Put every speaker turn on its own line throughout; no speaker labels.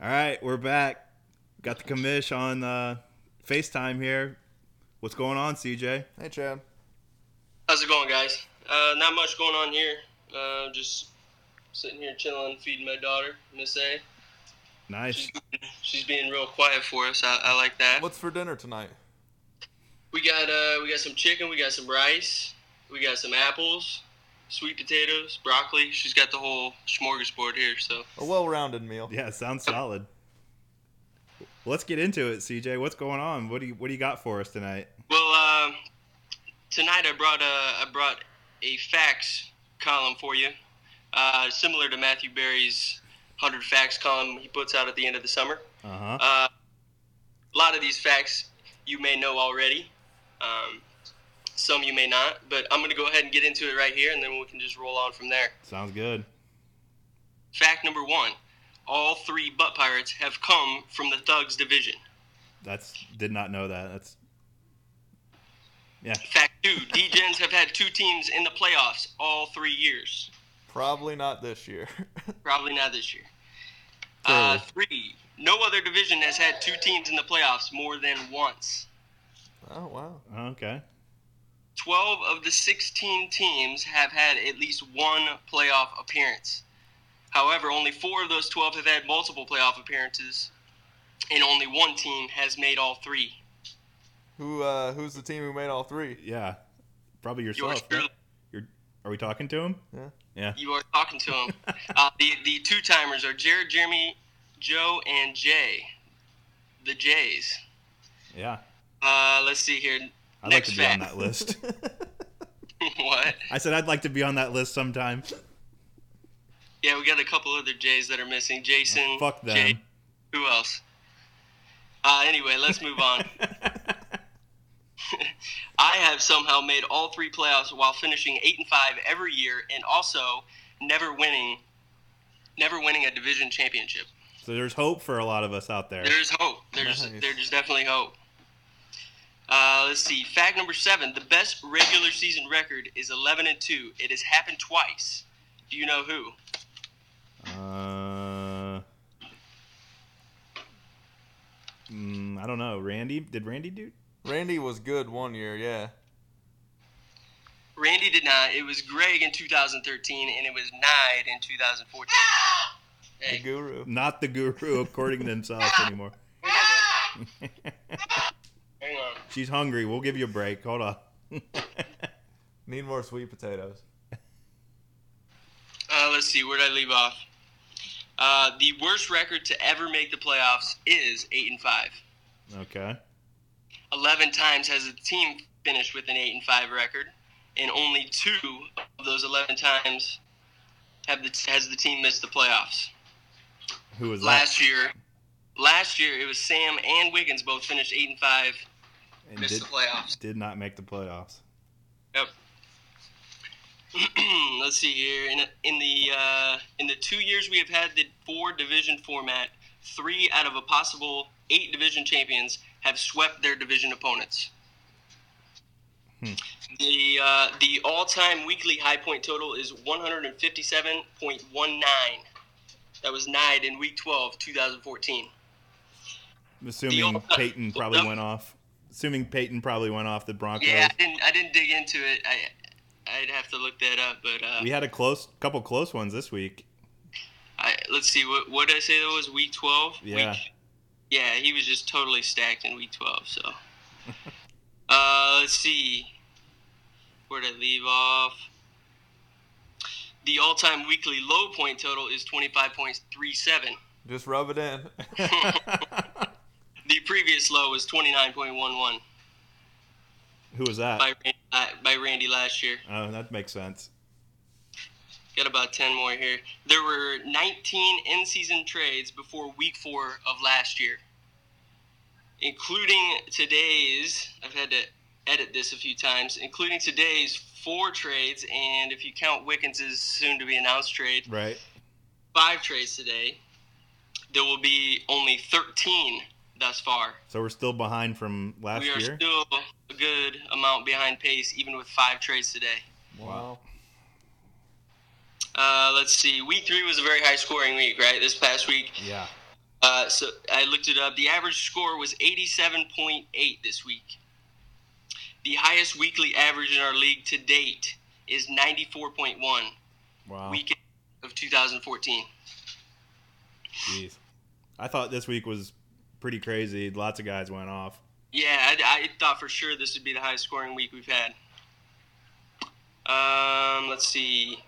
All right, we're back. Got the commish on uh, FaceTime here. What's going on, CJ?
Hey, Chad.
How's it going, guys? Uh, not much going on here. Uh, just sitting here chilling, feeding my daughter, Miss A.
Nice.
She's being real quiet for us. I, I like that.
What's for dinner tonight?
We got uh, we got some chicken, we got some rice, we got some apples, sweet potatoes, broccoli. She's got the whole smorgasbord here. So
A well-rounded meal.
Yeah, sounds solid. Let's get into it, CJ. What's going on? What do you What do you got for us tonight?
Well, uh, tonight I brought a I brought a facts column for you, uh, similar to Matthew Berry's hundred facts column he puts out at the end of the summer.
Uh huh.
Uh, a lot of these facts you may know already, um, some you may not, but I'm gonna go ahead and get into it right here, and then we can just roll on from there.
Sounds good.
Fact number one: All three butt pirates have come from the thugs division.
That's did not know that. That's yeah.
Fact two: D-Gens have had two teams in the playoffs all three years.
Probably not this year.
Probably not this year. Uh, three. No other division has had two teams in the playoffs more than once.
oh wow.
Okay.
Twelve of the sixteen teams have had at least one playoff appearance. However, only four of those twelve have had multiple playoff appearances, and only one team has made all three.
Who uh, who's the team who made all three?
Yeah. Probably
You are,
yourself.
truly,
right? You're, are we talking to him?
Yeah.
Yeah.
you are talking to them. Uh, the the two timers are Jared, Jeremy, Joe, and Jay. The Jays.
Yeah.
Uh, let's see here.
I'd
Next
like to be on
fact.
that list.
what?
I said I'd like to be on that list sometime.
Yeah, we got a couple other Jays that are missing. Jason.
Fuck them.
Jay, who else? Uh, anyway, let's move on. I have somehow made all three playoffs while finishing eight and five every year, and also never winning, never winning a division championship.
So there's hope for a lot of us out there.
There's hope. There's
Nice.
there's definitely hope. Uh, let's see. Fact number seven: the best regular season record is eleven and two. It has happened twice. Do you know who?
Uh, mm, I don't know. Randy? Did Randy do?
Randy was good one year. Yeah.
Randy did not. It was Greg in 2013, and it was Nide in 2014.
The
Hey,
guru.
Not the guru, according to himself anymore.
hang on.
She's hungry. We'll give you a break. Hold on.
Need more sweet potatoes.
Uh, let's see. Where did I leave off? Uh, the worst record to ever make the playoffs is eight and five.
Okay.
Eleven times has the team finished with an eight and five record, and only two of those eleven times have the has the team missed the playoffs.
Who was
Last year, last year it was Sam and Wiggins both finished eight and five,
that? And
missed
did,
the playoffs.
did not make the playoffs.
Let's see here. In in the uh, in the two years we have had the four division format, three out of a possible eight division champions have swept their division opponents.
Hmm.
The uh, the all time weekly high point total is one hundred and fifty seven point one nine. That was nine in week 12, 2014.
I'm
The
assuming
old-
Peyton probably went off. Assuming Peyton probably went off the Broncos.
Yeah, I didn't I didn't dig into it. I I'd have to look that up, but uh,
We had a close couple close ones this week.
I, let's see what what did I say that was week twelve.
Yeah.
Week, yeah, he was just totally stacked in week twelve. So, uh, let's see, where did I leave off? The all-time weekly low point total is twenty-five point three seven.
Just rub it in.
The previous low was twenty-nine point one one
Who was that?
by Randy, uh, by Randy last year.
Oh, that makes sense.
Got about ten more here. There were nineteen in-season trades before week four of last year. including today's i've had to edit this a few times including today's four trades and if you count wickens' soon to be announced trade
Right.
five trades today there will be only 13 thus far
So we're still behind from last
we are
year.
still a good amount behind pace even with five trades today
Wow.
uh, let's see week three was a very high scoring week right this past week
yeah.
Uh, so I looked it up. The average score was 87.8 this week. The highest weekly average in our league to date is 94.1,
Wow.
week of 2014.
Jeez. I thought this week was pretty crazy. Lots of guys went off.
Yeah, I, I thought for sure this would be the highest scoring week we've had. Um, let's see.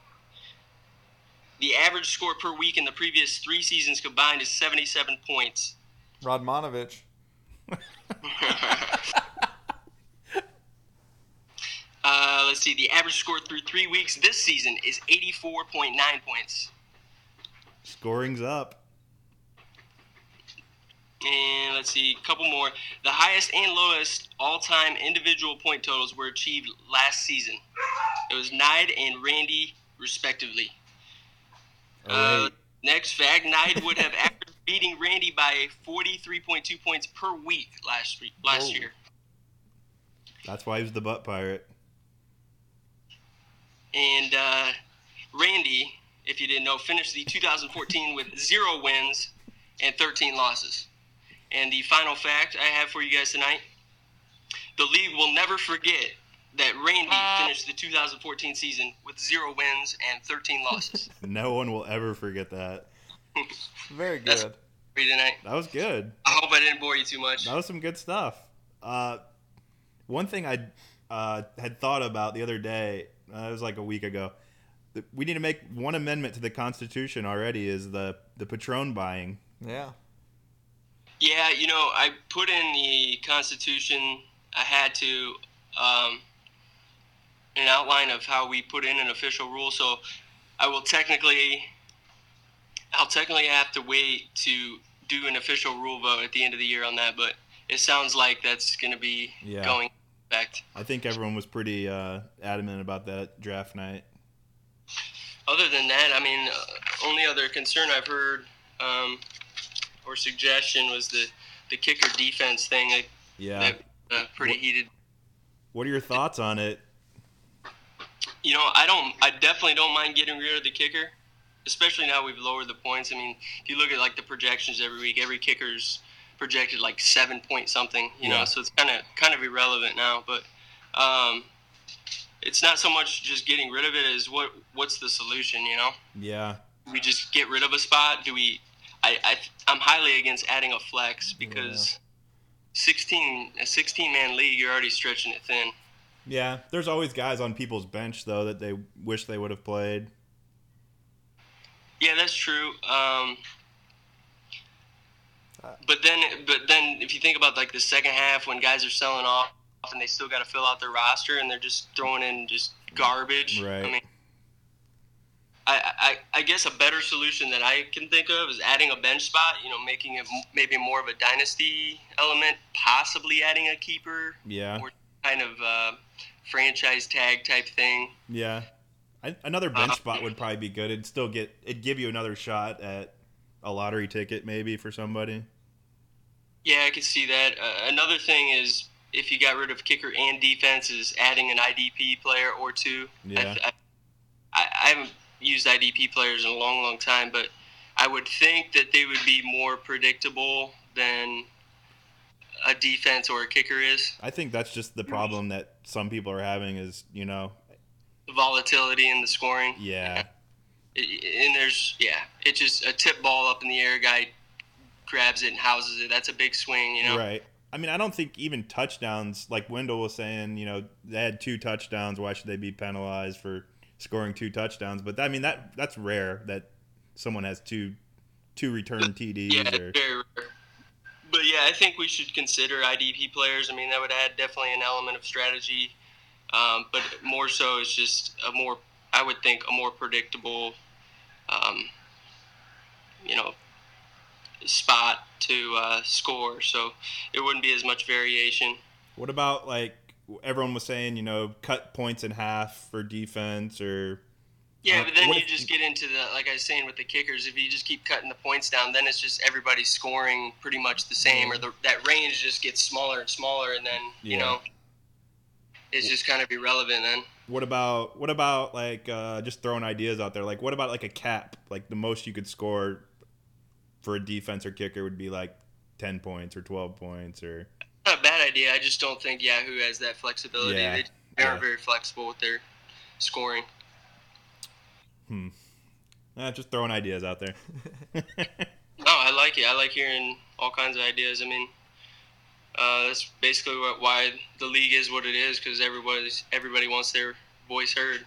The average score per week in the previous three seasons combined is 77 points.
Rodmanovich.
uh, let's see. The average score through three weeks this season is 84.9 points.
Scoring's up.
And let's see, a couple more. The highest and lowest all time individual point totals were achieved last season. It was Nide and Randy, respectively.
All right.
Uh, next fact Nide would have after beating Randy by 43.2 points per week last, week, last
Whoa.
year.
That's why he was the butt pirate.
And uh, Randy, if you didn't know, finished the 2014 with zero wins and 13 losses. And the final fact I have for you guys tonight the league will never forget that Randy finished the 2014 season with zero wins and 13 losses.
No one will ever forget that.
Very
That's-
good.
for you tonight.
That was good.
I hope I didn't bore you too much.
That was some good stuff. Uh, one thing I uh, had thought about the other day, uh, it was like a week ago, that we need to make one amendment to the Constitution already is the, the Patron buying.
Yeah.
Yeah, you know, I put in the Constitution. I had to um, an outline of how we put in an official rule. So I will technically, I'll technically have to wait to do an official rule vote at the end of the year on that. But it sounds like that's going to be
Yeah.
going back.
I think everyone was pretty uh, adamant about that draft night.
Other than that, I mean, uh, only other concern I've heard um, or suggestion was the the kicker defense thing. I,
Yeah.
that, uh, pretty heated
What are your thoughts on it?
You know, I don't. I definitely don't mind getting rid of the kicker, especially now we've lowered the points. I mean, if you look at like the projections every week, every kicker's projected like seven point something. You
Yeah.
know, so it's kind of kind of irrelevant now. But um, it's not so much just getting rid of it as what what's the solution? You know,
Yeah.
we just get rid of a spot. Do we? I, I I'm highly against adding a flex because. 16 a 16 man league you're already stretching it thin
Yeah, there's always guys on people's bench though that they wish they would have played.
Yeah, that's true. Um,
Uh,
but then, but then, if you think about like the second half when guys are selling off and they still got to fill out their roster and they're just throwing in just garbage.
Right.
I mean, I, I, I guess a better solution that I can think of is adding a bench spot. You know, making it m- maybe more of a dynasty element, possibly adding a keeper,
Yeah,
kind of uh, franchise tag type thing.
yeah. I, another bench
Uh,
spot would probably be good. It'd still get it'd give you another shot at a lottery ticket maybe for somebody.
Yeah, I can see that. Uh, another thing is if you got rid of kicker and defense, is adding an IDP player or two.
Yeah.
I, I, I haven't used IDP players in a long, long time, but I would think that they would be more predictable than a defense or a kicker is.
I think that's just the problem that some people are having is you know
The volatility in the scoring.
yeah
I- And there's, yeah, it's just a tip ball up in the air, guy grabs it and houses it. That's a big swing, you know?
right. I mean I don't think even touchdowns like Wendell was saying you know they had two touchdowns why should they be penalized for scoring two touchdowns but I mean that that's rare that someone has two two return TDs
Yeah,
or
it's very rare. But yeah, I think we should consider IDP players. I mean, that would add definitely an element of strategy, um, but more so it's just a more, I would think, a more predictable, um, you know, spot to uh, score. So it wouldn't be as much variation.
What about like everyone was saying, you know, cut points in half for defense or
Yeah,
Uh,
but then
what
you
if-
just get into the like I was saying with the kickers. If you just keep cutting the points down, then it's just everybody scoring pretty much the same, or the, that range just gets smaller and smaller, and then
Yeah.
you know, it's just kind of irrelevant. Then
what about what about like uh just throwing ideas out there? Like what about like a cap? Like the most you could score for a defense or kicker would be like ten points or twelve points or
Not a bad idea. I just don't think Yahoo has that flexibility.
Yeah.
They, they aren't
Yeah.
very flexible with their scoring.
eh, just throwing ideas out there.
No, I like it. I like hearing all kinds of ideas. I mean, uh, that's basically what, why the league is what it is because everybody's everybody wants their voice heard.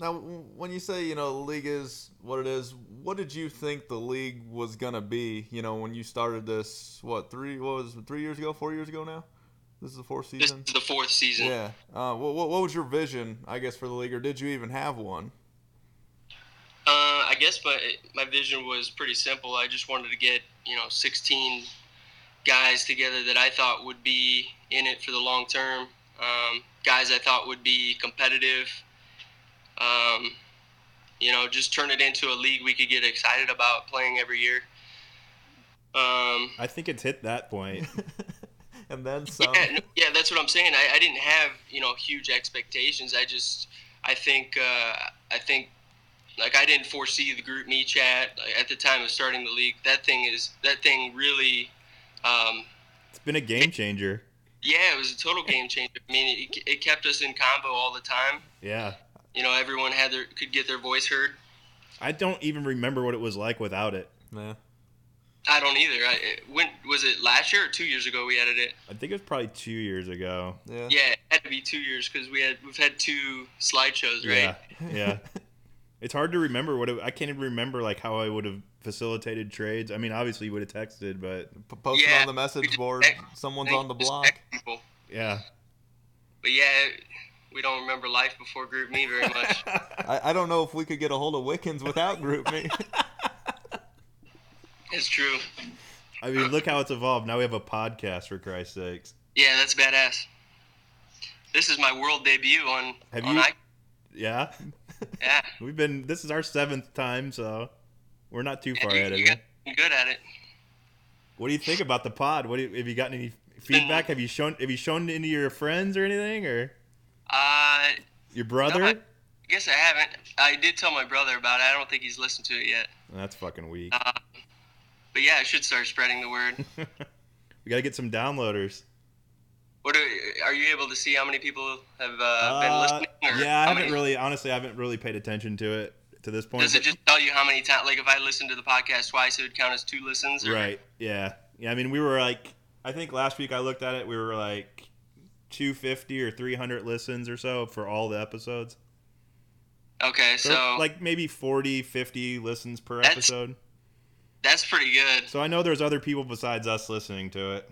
Now, w- when you say you know the league is what it is, what did you think the league was gonna be? You know, when you started this, what three? What was it, three years ago? Four years ago now? This is the fourth
This
season.
is the fourth season.
Yeah. Uh, what, what what was your vision? I guess for the league, or did you even have one?
Uh, I guess my my vision was pretty simple. I just wanted to get you know 16 guys together that I thought would be in it for the long term. Um, guys I thought would be competitive. Um, you know, just turn it into a league we could get excited about playing every year. Um,
I think it's hit that point.
and then some.
yeah, no, yeah, that's what I'm saying. I, I didn't have you know huge expectations. I just I think uh, I think like I didn't foresee the group me chat like, at the time of starting the league. That thing is that thing really. Um,
It's been a game changer.
yeah, it was a total game changer. I mean, it, it kept us in combo all the time.
Yeah.
You know, everyone had their could get their voice heard.
I don't even remember what it was like without it.
Yeah.
I don't either. I, it, when was it last year or two years ago we added it?
I think it was probably two years ago.
Yeah.
Yeah, it had to be two years because we had we've had two slideshows, right?
Yeah. Yeah. it's hard to remember what it, I can't even remember like how I would have facilitated trades. I mean, obviously you would have texted, but
P- Post it
Yeah,
on the message
just
board.
text-
Someone's
Thank
on the
you, just
block.
text people.
yeah.
But yeah, we don't remember life before Group Me very much.
I, I don't know if we could get a hold of Wiccans without Group Me.
it's true.
I mean, look how it's evolved. Now we have a podcast for Christ's sakes.
Yeah, that's badass. This is my world debut on.
Have
on
you-
I-
Yeah.
yeah,
We've been this is our seventh time, so we're not too far
you,
ahead of
you
it.
got good at it.
What do you think about the pod? What do you, have you gotten any feedback? Have you shown have you shown it to your friends or anything or
Uh, I
your brother?
No, I- guess I haven't. I did tell my brother about it. I don't think he's listened to it yet.
That's fucking weak.
Uh, but yeah, I should start spreading the word.
We got to get some downloaders.
What do, are you able to see? How many people have uh, been
Uh,
listening? Or
yeah, I
how
haven't
many-
really, honestly, I haven't really paid attention to it to this point.
Does it
but-
just tell you how many times? Like, if I listened to the podcast twice, it would count as two listens. Or,
right? Yeah, yeah. I mean, we were like, I think last week I looked at it, we were like 250 or 300 listens or so for all the episodes.
Okay, so,
like maybe 40, 50 listens per
That's-
episode.
that's pretty good.
So I know there's other people besides us listening to it.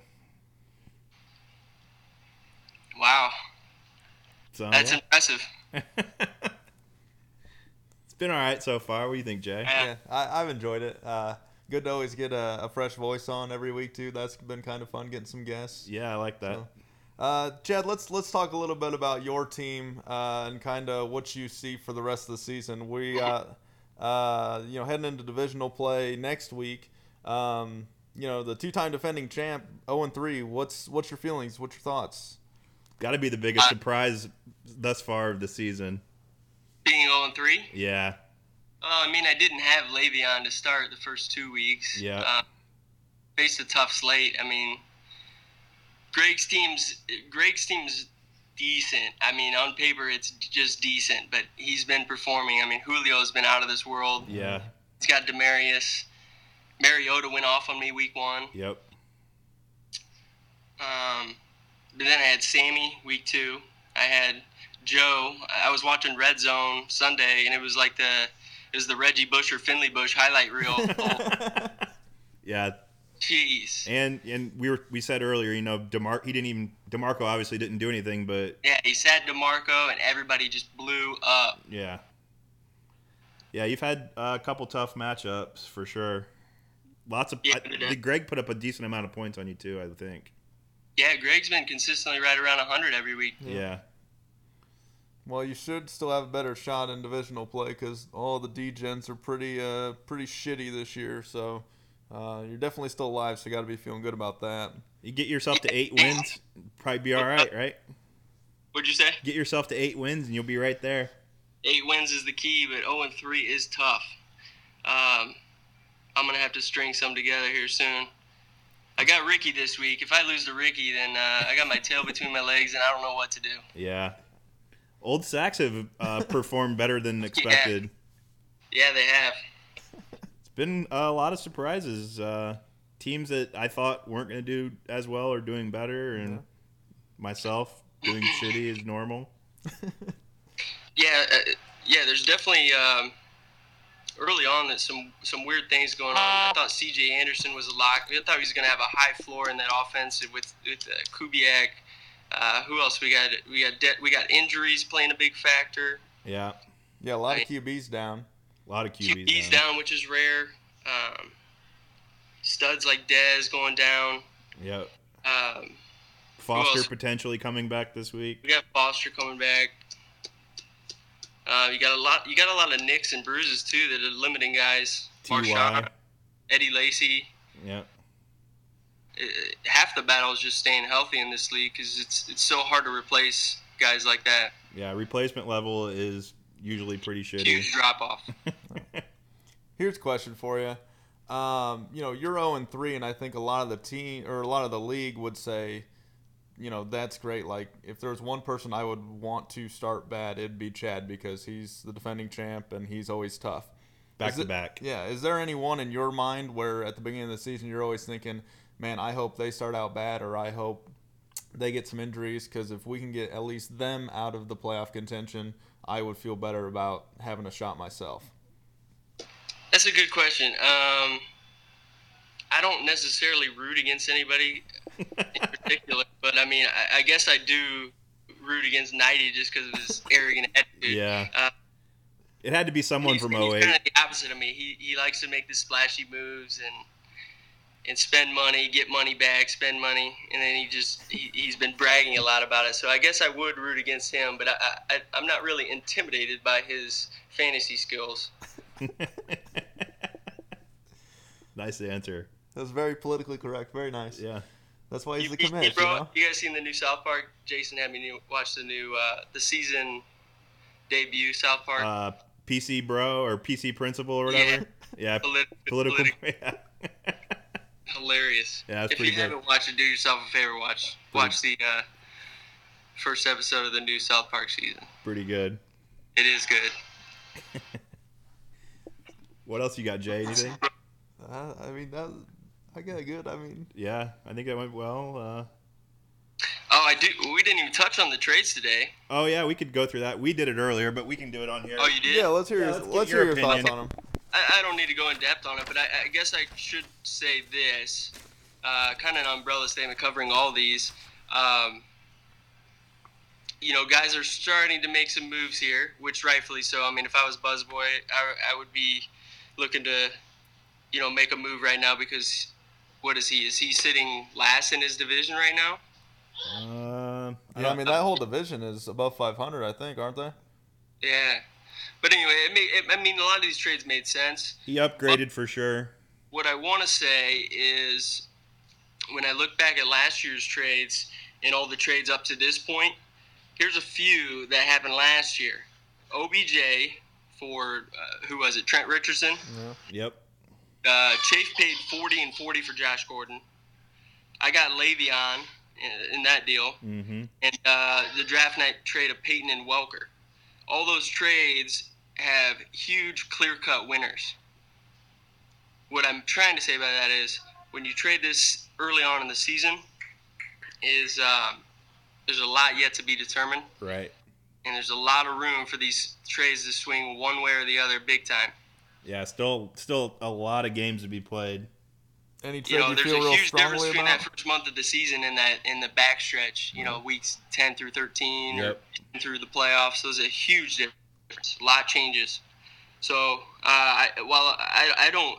Wow,
So
that's
Oh, yeah.
impressive.
it's been all right so far. What do you think, Jay?
Yeah.
yeah, I, I've enjoyed it. Uh, good to always get a, a fresh voice on every week too. That's been kind of fun getting some guests.
Yeah, I like that.
So- Uh, Chad, let's let's talk a little bit about your team uh, and kind of what you see for the rest of the season. We, uh, uh, you know, heading into divisional play next week. Um, you know, the two-time defending champ, zero and three. What's what's your feelings? What's your thoughts?
Got to be the biggest
I-
surprise thus far of the season.
Being 0 and 3.
Yeah,
Uh, I mean, I didn't have Le'Veon to start the first two weeks.
Yeah.
Uh, faced a tough slate. I mean, Greg's team's Greg's team's decent. I mean, on paper it's just decent, but he's been performing. I mean, Julio's been out of this world.
yeah,
He's got Demarius. Mariota went off on me week one.
yep.
Um, but then I had Sammy week two. I had Joe. I was watching Red Zone Sunday, and it was like the it was the Reggie Bush or Finley Bush highlight reel. oh,
Yeah,
jeez.
and and we were we said earlier, you know, Demar he didn't even Demarco obviously didn't do anything, but
Yeah, he sat Demarco, and everybody just blew up.
yeah, yeah, you've had uh, a couple tough matchups for sure. Lots of
Yeah,
I,
they did.
did Greg put up a decent amount of points on you too, I think.
Yeah, Greg's been consistently right around 100 every week.
Yeah.
yeah.
Well, you should still have a better shot in divisional play because all the D-gens are pretty uh, pretty shitty this year. So uh, you're definitely still alive. So you got to be feeling good about that.
You get yourself to eight wins, probably be all right, right?
What'd you say?
Get yourself to eight wins, and you'll be right there.
oh Eight wins is the key, but 0 and 3 is tough. Um, I'm gonna have to string some together here soon. I got Ricky this week. If I lose to Ricky, then uh, I got my tail between my legs, and I don't know what to do.
Yeah. Old Sacks have uh, performed better than expected.
Yeah, they have.
It's been a lot of surprises. Uh, teams that I thought weren't going to do as well are doing better, and myself doing shitty is normal.
Yeah, uh, yeah. There's definitely um, early on that some some weird things going on. I thought C.J. Anderson was a lock. I thought he was going to have a high floor in that offense with with uh, Kubiak. Uh, who else we got? We got de- we got injuries playing a big factor.
Yeah.
Yeah, a lot of QBs down.
A lot of QBs.
QB's
down.
down, which is rare. Um, studs like Dez going down.
Yep.
Um,
Foster
else?
potentially coming back this week.
we got Foster coming back. Uh, you got a lot. You got a lot of nicks and bruises too that are limiting guys.
Ty.
Marshawn, Eddie Lacy.
Yep.
Uh, half the battle is just staying healthy in this league because it's it's so hard to replace guys like that.
Yeah. Replacement level is usually pretty shitty.
Huge drop off.
Here's a question for you. Um, you know, you're 0 and 3, and I think a lot of the team or a lot of the league would say, you know, that's great. Like, if there was one person I would want to start bad, it'd be Chad because he's the defending champ and he's always tough.
Back
Is
to
it-
back.
Yeah. Is there anyone in your mind where at the beginning of the season you're always thinking, man, I hope they start out bad or I hope they get some injuries because if we can get at least them out of the playoff contention, I would feel better about having a shot myself.
That's a good question. Um, I don't necessarily root against anybody in particular, but I mean, I, I guess I do root against Nighty just because of his arrogant attitude.
Yeah.
Uh,
It had to be someone
he's,
from 08.
he's kind of the opposite of me. He he likes to make the splashy moves and and spend money, get money back, spend money, and then he just he, he's been bragging a lot about it. So I guess I would root against him, but I, I I'm not really intimidated by his fantasy skills.
nice answer.
That's very politically correct. Very nice.
Yeah.
That's why he's the
you- you- you
commish, you
brought-
know?
you guys seen the new South Park? Jason had me new, watch the new uh, the season debut South Park.
Uh, PC bro or PC principal or whatever. Yeah.
Polit-
Political.
politi-
Yeah.
hilarious.
Yeah, that's
if
pretty
you
good.
haven't watched it, do yourself a favor. Watch watch the uh, first episode of the new South Park season.
Pretty good.
It is good.
What else you got, Jay? Anything?
Uh, I mean, that, I got good. I mean,
Yeah, I think that went well. Uh,
Oh, I do. We didn't even touch on the trades today.
oh yeah, we could go through that. We did it earlier, but we can do it on here.
Oh, you did.
yeah, let's hear,
Yeah,
your,
let's
let's
get
hear
your
your thoughts
opinion.
on him.
I, I don't need to go in depth on it, but I, I guess I should say this, uh, kind of an umbrella statement covering all these. Um, you know, guys are starting to make some moves here, which rightfully so. I mean, if I was Buzzboy, I, I would be looking to, you know, make a move right now because what is he? Is he sitting last in his division right now?
Um,
Yeah, I mean, that whole division is above 500, I think, aren't they?
Yeah. But anyway, it made, it, I mean, a lot of these trades made sense.
he upgraded for sure.
what I want to say is when I look back at last year's trades and all the trades up to this point, here's a few that happened last year. OBJ for uh, who was it? Trent Richardson.
Yep.
Uh, Chafe paid 40 and 40 for Josh Gordon. I got Le'Veon in, in that deal
Mm-hmm.
and uh, the draft night trade of Peyton and Welker. All those trades have huge clear cut winners. What I'm trying to say by that is when you trade this early on in the season, is um, there's a lot yet to be determined,
Right.
and there's a lot of room for these trades to swing one way or the other big time.
Yeah. Still, still a lot of games to be played.
Any trade
You
you,
know, there's
feel
a
real
huge difference
strongly
between
about?
that first month of the season and that in the backstretch. You know, weeks 10 through 13 or
Yep.
through the playoffs. There's a huge difference. A lot changes. So uh, I, while I, I don't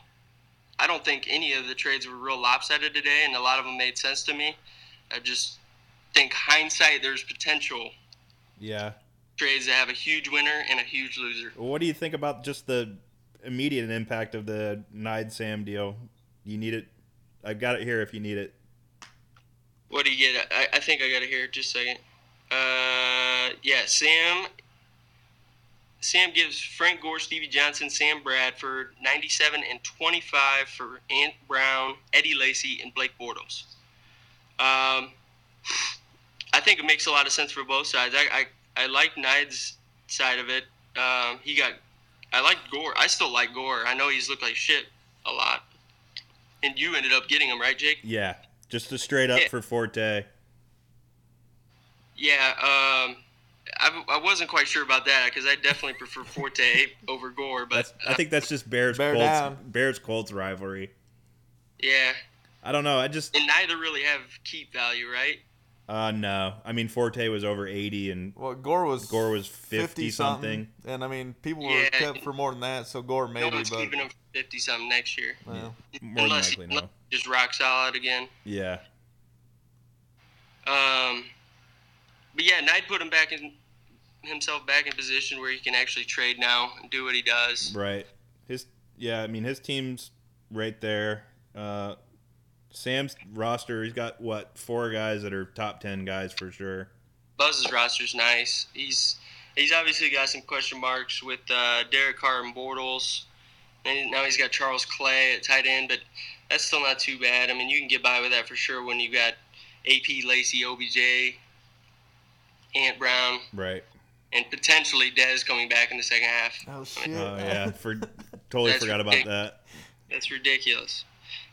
I don't think any of the trades were real lopsided today, and a lot of them made sense to me. I just think hindsight, there's potential
Yeah.
trades that have a huge winner and a huge loser.
What do you think about just the immediate impact of the Nide Sam deal? You need it. I've got it here if you need it.
What do you get? I, I think I got to hear it. Just a second. Uh, yeah, Sam. Sam gives Frank Gore, Stevie Johnson, Sam Bradford 97 and 25 for Ant Brown, Eddie Lacy, and Blake Bortles. Um, I think it makes a lot of sense for both sides. I I, I like Nide's side of it. Um, he got I like Gore. I still like Gore. I know he's looked like shit a lot. And you ended up getting him, right, Jake?
Yeah, just a straight up
Yeah.
for Forte.
Yeah, um, I, I wasn't quite sure about that because I definitely prefer Forte over Gore, but
That's, I think that's just Bears
Bear
Colts
down.
Bears Colts rivalry.
yeah,
I don't know. I just
and neither really have keep value, right?
uh no. I mean Forte was over 80 and
Well, Gore was
Gore was 50 something.
and I mean people were
Yeah.
kept for more than that. So Gore maybe,
no one's
but
keeping him for fifty something next year,
yeah.
More than
unless,
likely
unless
no.
he's just rock solid again.
Yeah.
Um, but yeah, Knight put him back in himself back in position where he can actually trade now and do what he does.
Right. His yeah, I mean his team's right there. Uh Sam's roster, he's got what, four guys that are top 10 guys for sure.
Buzz's roster's nice. He's he's obviously got some question marks with uh, Derek Carr and Bortles, and now he's got Charles Clay at tight end, but that's still not too bad. I mean, you can get by with that for sure when you got AP Lacey, OBJ, Ant Brown,
Right.
and potentially Dez coming back in the second half.
Oh shit!
Oh yeah, for totally
That's
forgot about
ridic-
that.
That's ridiculous.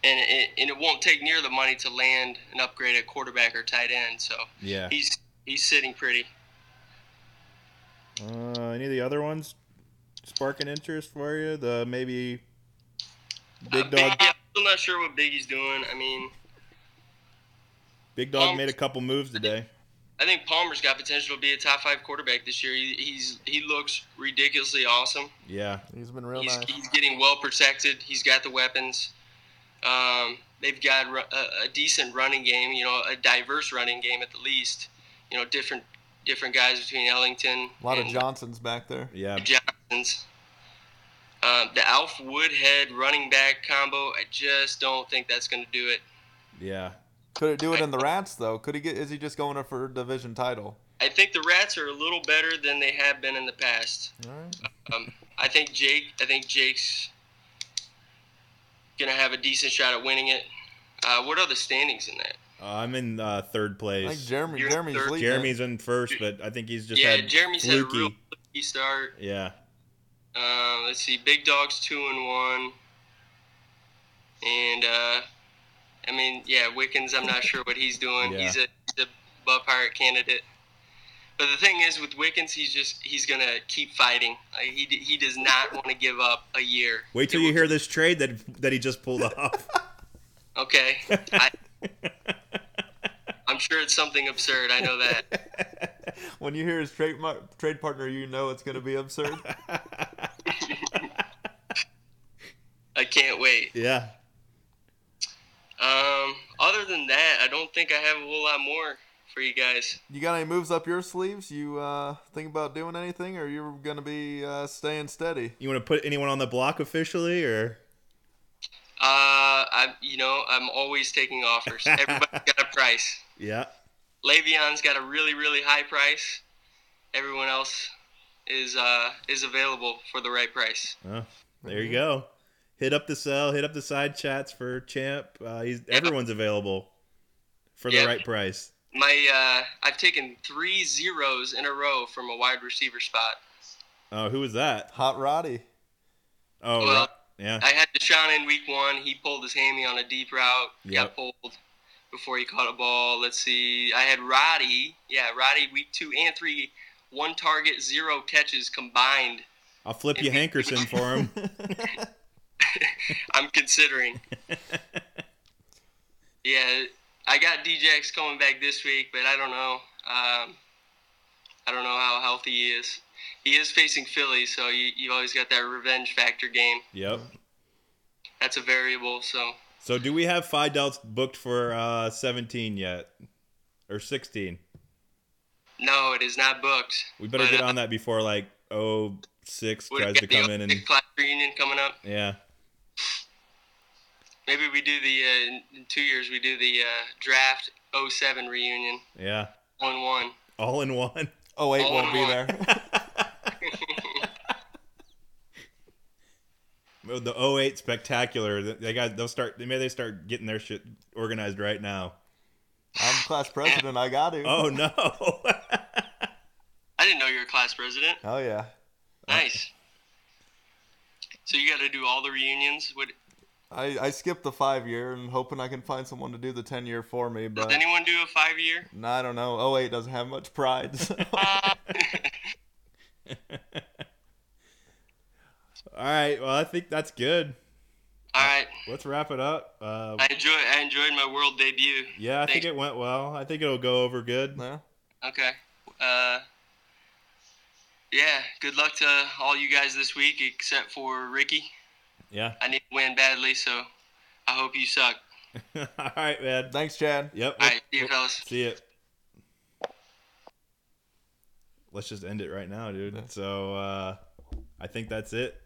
And it, and it won't take near the money to land an upgrade at quarterback or tight end, so
Yeah.
he's he's sitting pretty.
Uh, any of the other ones sparking interest for you? The maybe Big
Uh,
Dog.
Biggie, I'm still not sure what Biggie's doing. I mean,
Big Dog
Um,
made a couple moves today.
I think Palmer's got potential to be a top five quarterback this year. He, he's he looks ridiculously awesome.
Yeah,
He's been real
he's,
nice.
he's getting well protected. He's got the weapons. Um, they've got ru- a, a decent running game. You know, a diverse running game at the least. You know, different different guys between Ellington.
A lot of
and
Johnsons back there.
yeah.
Johnsons. Um, the Alf Woodhead running back combo. I just don't think that's going to do it.
Yeah.
Could it do it in the rats though? Could he get? Is he just going up for division title?
I think the Rats are a little better than they have been in the past.
All right.
Um, I think Jake. I think Jake's gonna have a decent shot at winning it. Uh, what are the standings in that?
Uh, I'm in uh, third
I think
place.
Jeremy.
You're
Jeremy's
third.
leading.
Jeremy's in first, but I think he's just
yeah,
had
Jeremy's had a
fluky.
real fluky start.
yeah.
Uh, let's see, Big Dog's two and one, and uh, I mean, yeah, Wickens. I'm not sure what he's doing.
Yeah.
He's a, he's a Buff Pirate candidate. But the thing is, with Wickens, he's just he's gonna keep fighting. Like, he d- he does not want to give up a year.
Wait till you hear this trade that that he just pulled off.
Okay, I, I'm sure it's something absurd. I know that.
When you hear his trade mar- trade partner, you know it's going to be absurd.
I can't wait.
yeah.
Um, other than that, I don't think I have a whole lot more for you guys.
you got any moves up your sleeves? You uh, think about doing anything, or you're going to be uh, staying steady?
You want to put anyone on the block officially, or
Uh, I, you know, I'm always taking offers. Everybody's got a price.
yeah,
Le'Veon's got a really, really high price. Everyone else is uh is available for the right price.
Oh, there you
Mm-hmm.
go. Hit up the cell. Hit up the side chats for Champ. Uh, he's everyone's available for the
Yeah.
right price.
My uh, I've taken three zeros in a row from a wide receiver spot.
Oh, who was that?
Hot Roddy.
Oh,
Well,
right. yeah.
I had Deshaun in week one. He pulled his hammy on a deep route,
Yep.
got pulled before he caught a ball. Let's see. I had Roddy. Yeah, Roddy week two and three, one target, zero catches combined.
I'll flip you Hankerson for him.
I'm considering. yeah, I got DJX coming back this week, but I don't know. Um, I don't know how healthy he is. He is facing Philly, so you, you always got that revenge factor game.
yep.
That's a variable, so
So, do we have Five Delts booked for uh, 17 yet, or 16?
no, it is not booked.
We better
But,
get
uh,
on that before like oh six
We've
tries
got
to
the
come in and
Olympic class reunion coming up.
yeah.
Maybe we do the uh, in- in two years. We do the uh, draft 07 reunion
Yeah.
one one.
All in one.
Oh wait,
All
won't
in
be
one.
there.
the 08 spectacular. They got they'll start. Maybe they start getting their shit organized right now.
I'm class president. I got to.
Oh no!
I didn't know you were class president.
Hell yeah.
Uh,
Nice. So you got to do all the reunions. Would
I, I skipped the five year and hoping I can find someone to do the 10 year for me,
does
but
anyone do a five year?
no, I don't know. 08 doesn't have much pride. so.
Uh,
All right. Well, I think that's good.
All right.
Let's wrap it up. Uh,
I enjoy. I enjoyed my world debut.
yeah, I think it went well. I think it'll go over good.
yeah.
Okay. Uh, yeah. Good luck to all you guys this week, except for Ricky.
Yeah.
I need to win badly, so I hope you suck.
All right, man.
Thanks, Chad.
Yep.
All right, see you fellas.
See it. Let's just end it right now,
Yeah.
dude. So uh, I think that's it.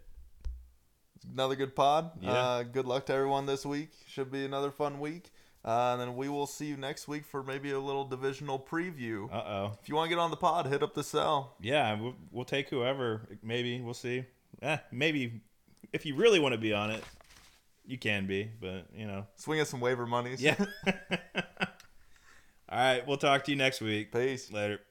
Another good pod.
Yeah.
Uh, good luck to everyone this week. Should be another fun week. Uh, and then we will see you next week for maybe a little divisional preview.
Uh oh.
if you want to get on the pod, hit up the cell.
Yeah, we'll, we'll take whoever. Maybe we'll see. Eh, maybe if you really want to be on it, you can be. But you know,
Swing us some waiver monies.
yeah. All right, we'll talk to you next week.
Peace.
Later.